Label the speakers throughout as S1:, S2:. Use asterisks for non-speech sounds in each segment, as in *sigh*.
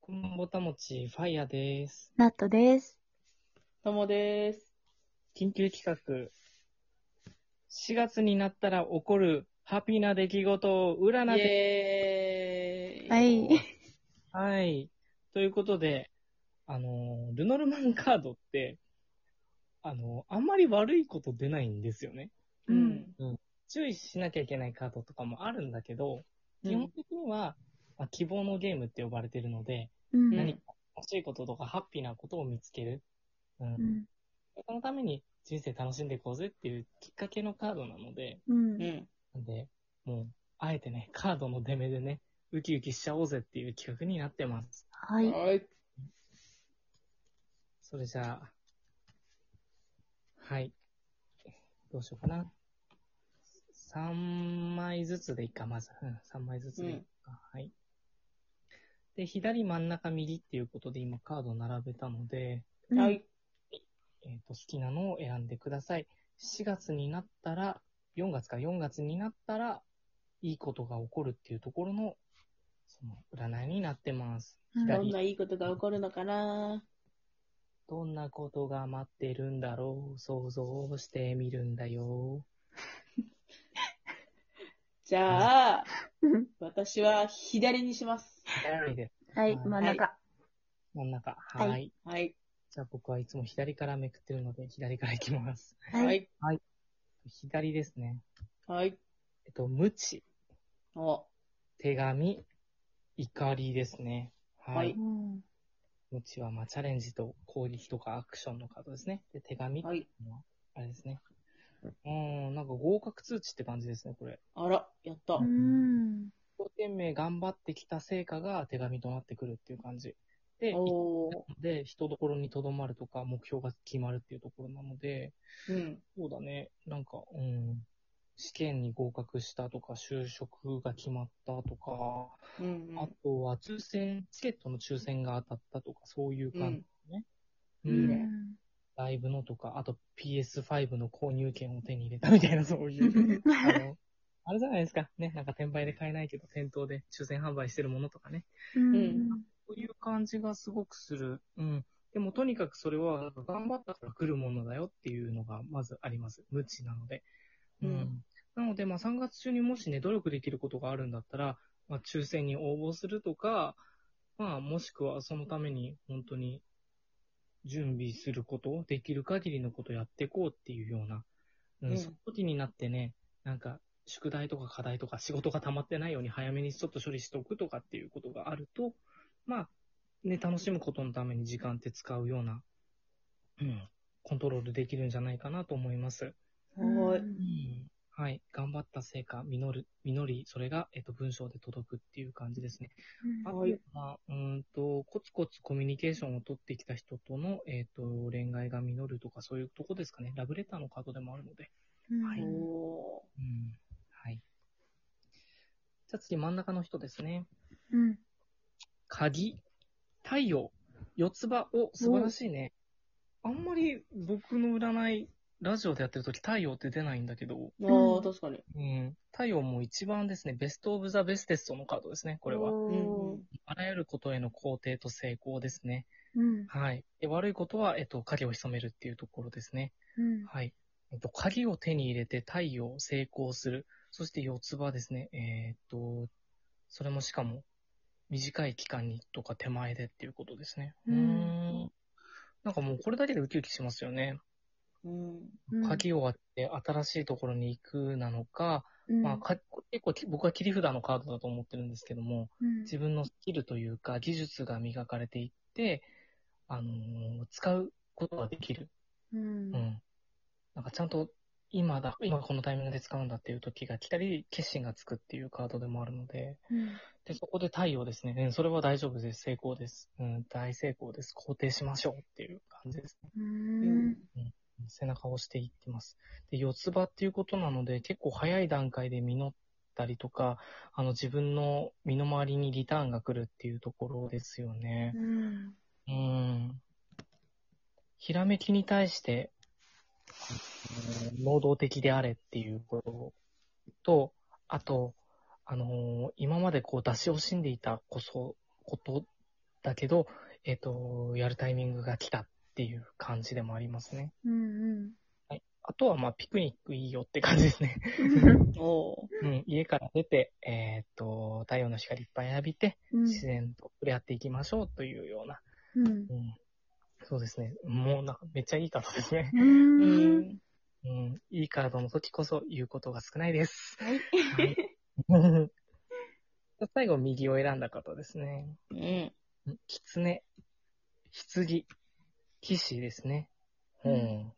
S1: こんぼたもち、ファイヤーです。
S2: ナットです。
S3: ともです。
S1: 緊急企画。4月になったら起こるハピな出来事を占
S3: イ
S1: って。
S3: エーイ。
S2: はい。
S1: はい。ということで、あのー、ルノルマンカードって、あのー、あんまり悪いこと出ないんですよね。
S3: う
S2: うん。
S3: ん。
S1: 注意しなきゃいけないカードとかもあるんだけど、
S3: うん
S1: 基本的には、まあ、希望のゲームって呼ばれてるので、
S2: うん。
S1: 何か欲しいこととかハッピーなことを見つける。うん
S2: うん。
S1: そのために人生楽しんでいこうぜっていうきっかけのカードなので、
S2: うん
S3: う。ん。
S1: なんで、もう、あえてね、カードの出目でね、ウキウキしちゃおうぜっていう企画になってます。
S2: はい。
S3: はい。
S1: それじゃあ、はい。どうしようかな。3枚ずつでいいか、まず。うん、3枚ずつでいいか。はい。で、左真ん中右っていうことで今カード並べたので、
S2: うん
S3: は。い。
S1: えっと好きなのを選んでください。4月になったら、4月か4月になったら、いいことが起こるっていうところの、その占いになってます。
S2: うん
S3: ど
S1: 左
S3: んないいことが起こるのかな
S1: どんなことが待ってるんだろう想像してみるんだよ。
S3: じゃあ、
S2: うん
S3: 私は左にします。
S1: 左で
S2: はい。真ん中。
S1: 真ん中。は。
S2: はいい
S3: はい。
S1: じゃあ僕はいつも左からめくってるので、左からいきます。
S2: はい。。
S1: 左ですね。
S3: はい。
S1: えっと、無知、
S3: お。
S1: 手紙、怒りですね。
S3: は
S1: はいい
S2: うん
S1: うちは、まあ、チャレンジと攻撃とかアクションのカードですね。で、手紙、
S3: はい。
S1: あれですね。うーん、なんか合格通知って感じですね、これ。
S3: あら、やった
S2: う。ん。
S1: 一生懸命頑張ってきた成果が手紙となってくるっていう感じ。で、
S3: おー。
S1: で、人どころにとどまるとか、目標が決まるっていうところなので、
S3: うん。
S1: そうだね、なんか、うん、試験に合格したとか、就職が決まったとか、
S3: うん
S1: あとは抽選、チケットの抽選が当たったとか、そういう
S3: うん。う
S1: 感
S3: ん。
S1: じ。
S3: いいね
S2: うん
S1: ライブのとか、あと PS5 の購入券を手に入れたみたいな、 *laughs* そういう。あの、あれじゃないですか。ね、なんか転売で買えないけど、店頭で抽選販売してるものとかね。
S2: うん。。
S1: そういう感じがすごくする。うん。でもとにかくそれは、頑張ったから来るものだよっていうのがまずあります。無知なので。
S3: うん
S1: なので、まあ3月中にもしね、努力できることがあるんだったら、まあ抽選に応募するとか、まあもしくはそのために本当に準備すること、できる限りのことやっていこうっていうような、うん、
S3: うん
S1: その時になってね、なんか宿題とか課題とか仕事が溜まってないように早めにちょっと処理しておくとかっていうことがあると、まあね、楽しむことのために時間って使うような、うん、コントロールできるんじゃないかなと思います。
S3: はいう
S2: ん
S1: はい。頑張った成果、実る、実り、それが、えっと、文章で届くっていう感じですね。あと
S3: はい
S1: は、うーんと、コツコツコミュニケーションを取ってきた人との、えっと、恋愛が実るとか、そういうとこですかね。ラブレターのカードでもあるので。
S2: う
S1: は
S2: ん
S3: お
S1: うん。はい。じゃあ次、真ん中の人ですね。
S2: うん。
S1: 鍵、太陽、四つ葉を素晴らしいね。あんまり僕の占い、ラジオでやってるとき太陽って出ないんだけど、
S3: ー。おー、確かに。
S1: うん。太陽も一番ですね、ベストオブザベステストのカードですね、これは。
S3: うん
S2: おー。
S1: あらゆることへの肯定と成功ですね。
S2: うん。
S1: はい。で悪いことは、えっと、影を潜めるっていうところですね。
S2: うん。
S1: はい。えっと、鍵を手に入れて太陽を成功する。そして四つ葉ですね。えーっと、それもしかも、短い期間にとか手前でっていうことですね。
S2: うん
S1: ーんなんかもうこれだけでウキウキしますよね。
S3: うん。
S2: うん
S1: 鍵を割って新しいところに行くなのか、まあ、か結構き僕は切り札のカードだと思ってるんですけども、
S2: うん。
S1: 自分のスキルというか技術が磨かれていって、あのー使うことができる。
S2: うん。
S1: う
S2: うん。
S1: ん。なんかちゃんと今だ、今このタイミングで使うんだっていう時が来たり、決心がつくっていうカードでもあるので、で、そこで太陽ですね。うん、それは大丈夫です。成功です。うん、大成功です。肯定しましょうっていう感じですね。
S2: うん。
S1: 背中を押していってます。で、四つ葉っていうことなので、結構早い段階で実ったりとか、あの自分の身の回りにリターンが来るっていうところですよね。
S2: うん。
S1: うん。ひらめきに対して、うん能動的であれっていうことと、あと、あのー今までこう出し惜しんでいたこそ、ことだけど、えっ、と、やるタイミングが来たっていう感じでもありますね。
S2: うん
S1: あとは、まあ、ピクニックいいよって感じですね。
S2: うん。
S3: お
S1: うん、 *laughs* 家から出て、えっ、と、太陽の光いっぱい浴びて、
S2: うん
S1: 自然と触れ合っていきましょうというような、
S2: うん
S1: うん、そうですね。もうなんかめっちゃいい方ですね。
S2: う。
S3: うんん。
S1: うん、いいカードの時こそ言うことが少ないです。 *laughs*
S3: はい。
S1: はい最後、右を選んだ方ですね。
S3: うん。
S1: 狐、棺、騎士ですね。うん。
S2: う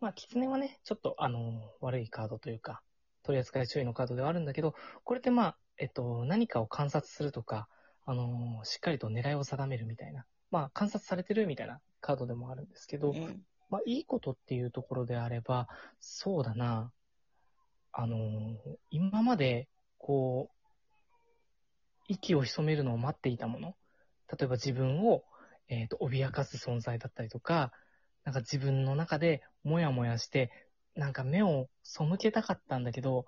S1: まあ、狐はね、ちょっと、あの、悪いカードというか、取り扱い注意のカードではあるんだけど、これってまあ、えっと、何かを観察するとか、あの、しっかりと狙いを定めるみたいな、まあ、観察されてるみたいなカードでもあるんですけど、
S3: うん
S1: まあ、いいことっていうところであれば、そうだな、あのー今まで、こう、息を潜めるのを待っていたもの。例えば自分を、えっ、と、脅かす存在だったりとか、なんか自分の中でもやもやして、なんか目を背けたかったんだけど、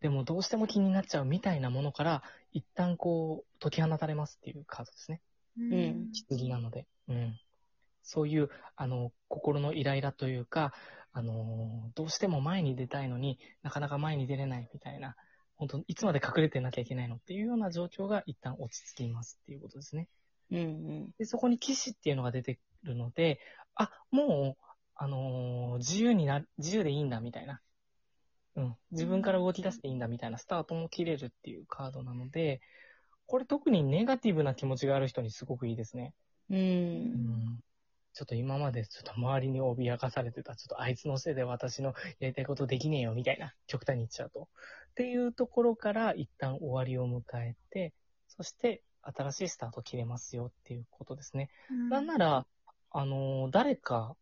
S1: でもどうしても気になっちゃうみたいなものから、一旦こう、解き放たれますっていうカードですね。
S2: うん
S3: うん
S1: 次なので、うん、そういうあの心のイライラというか、あのどうしても前に出たいのになかなか前に出れないみたいな、本当いつまで隠れてなきゃいけないのっていうような状況が一旦落ち着きますっていうことですね。
S3: うん。
S1: でそこに騎士っていうのが出てくるので、あもう、あの自由にな自由でいいんだみたいな、うん、自分から動き出していいんだみたいなスタートも切れるっていうカードなので、これ特にネガティブな気持ちがある人にすごくいいですね。
S3: うん。うん
S1: うんちょっと今までちょっと周りに脅かされてた、ちょっとあいつのせいで私のやりたいことできねえよみたいな、極端に言っちゃうと。っていうところから一旦終わりを迎えて、そして新しいスタート切れますよっていうことですね。なんなら、あのー、誰か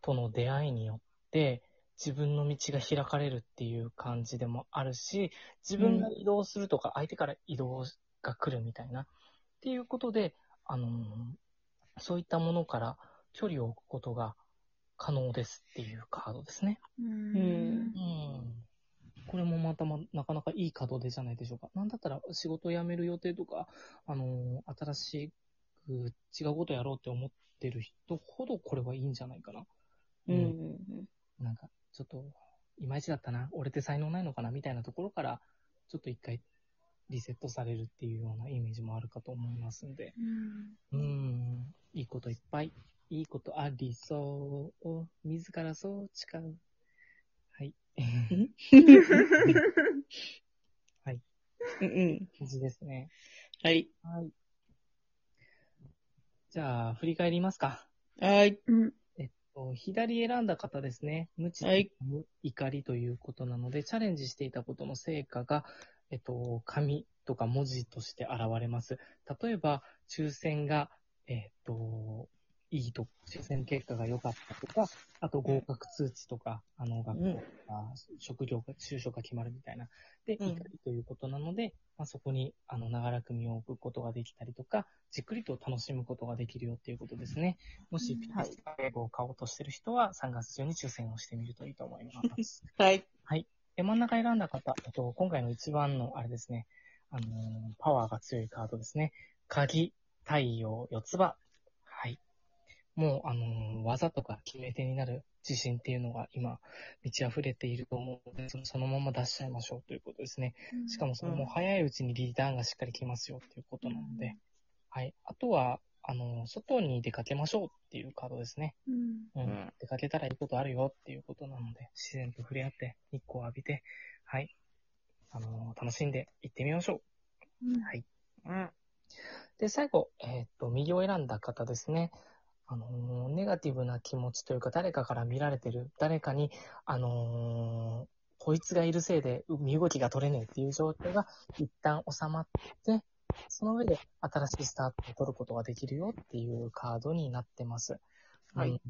S1: との出会いによって、自分の道が開かれるっていう感じでもあるし、自分が移動するとか、相手から移動が来るみたいな、っていうことで、あのー、そういったものから距離を置くことが可能ですっていうカードですね。
S2: うん
S3: うん
S1: うん。これもまたま、なかなかいい角でじゃないでしょうか。なんだったら仕事を辞める予定とか、あのー新しく違うことやろうって思ってる人ほどこれはいいんじゃないかな。
S3: うん。
S1: なんか、ちょっと、いまいちだったな、俺って才能ないのかな、みたいなところから、ちょっと一回リセットされるっていうようなイメージもあるかと思いますんで。
S2: うん
S1: うん、いいこといっぱい。いいことありそう。自らそう誓う。はい。
S3: うんうん。
S1: 感じですね。
S3: はい。
S1: はい。じゃあ、振り返りますか。
S3: はい。
S2: うん
S1: と左選んだ方ですね。無知
S3: はい
S1: 無怒りということなので、チャレンジしていたことの成果が、えっと、紙とか文字として現れます。例えば、抽選が、えっと、いいと、抽選結果が良かったとか、あと合格通知とか、あの、学校とか、職業が、就職が決まるみたいな。で、
S3: うん
S1: 怒りということなので、まあ、そこに、あの、長らく身を置くことができたりとか、じっくりと楽しむことができるよっていうことですね。もし、ピ
S3: は
S1: タ
S3: い
S1: スカーを買おうとしてる人は、3月中に抽選をしてみるといいと思います。 *laughs*
S3: はい。
S1: で、真ん中選んだ方、えっと、今回の一番の、あれですね、あのーパワーが強いカードですね。鍵、太陽、四つ葉。はい。もう、あのー技とか決め手になる自信っていうのが今、満ち溢れていると思うので、そそのまま出しちゃいましょうということですね。しかもそれも早いうちにリターンがしっかり来ますよっていうことなので、はい。あとは、あの、外に出かけましょうっていうカードですね。
S2: うん
S1: う
S3: うんん。
S1: 出かけたらいいことあるよっていうことなので、自然と触れ合って、日光を浴びて、はい。あの、楽しんで行ってみましょう。
S2: うん
S1: はい
S3: うん。
S1: で、最後、えーっと、右を選んだ方ですね。あのーネガティブな気持ちというか、誰かから見られてる、誰かに、あのーこいつがいるせいでう身動きが取れねえっていう状況が一旦収まって、その上で新しいスタートを取ることができるよっていうカードになってます。
S3: はい
S1: うん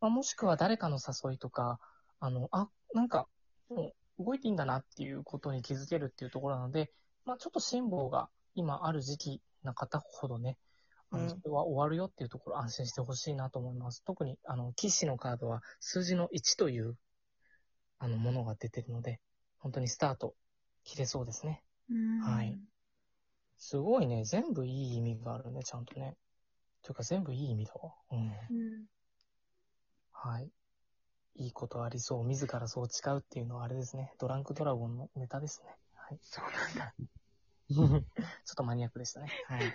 S1: まあ、もしくは誰かの誘いとか、あの、あ、なんか、もう動いていいんだなっていうことに気づけるっていうところなので、まあ、ちょっと辛抱が今ある時期な方ほどね、あ
S3: う
S1: の、
S3: ん
S1: それは終わるよっていうところ安心してほしいなと思います。特に、あの、騎士のカードは数字の1という、あの、ものが出てるので、本当にスタート切れそうですね。
S2: うん
S1: はいすごいね、全部いい意味があるね、ちゃんとね。というか全部いい意味だわ。うん。
S2: うん。
S1: はい。いいことありそう。自らそう誓うっていうのはあれですね。ドランクドラゴンのネタですね。はい。そうなんだ。 *laughs* ちょっとマニアックでしたね。 *laughs* はい。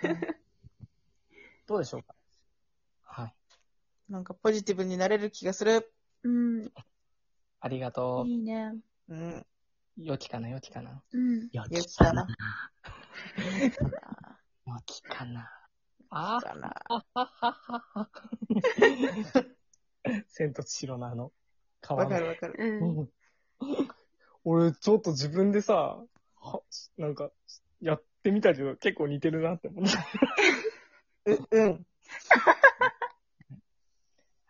S1: どうでしょうかはい。
S4: なんかポジティブになれる気がする。
S2: うん。
S1: ありがとう。
S2: いいね。
S4: うん。
S1: 良きかな、良きかな。
S2: うん。
S1: 良
S4: 良きかな。
S1: 良きかな。あ
S4: かな。
S1: はははは。 *laughs* 千と千尋のあの、か
S4: わかるわかる。
S2: うん。
S1: うん俺、ちょっと自分でさ、はなんか、やってみたけど、結構似てるなって思った。
S4: う、うん。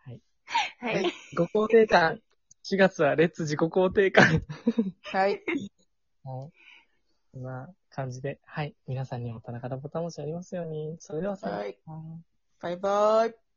S2: はい。
S1: 自己肯定感。4月はレッツ自己肯定感。
S4: はい。
S1: はい。そんな感じで、はい。皆さんにも田中田ボタン持ちありますように。それではさ、
S4: はい
S1: い
S4: バイバーイ。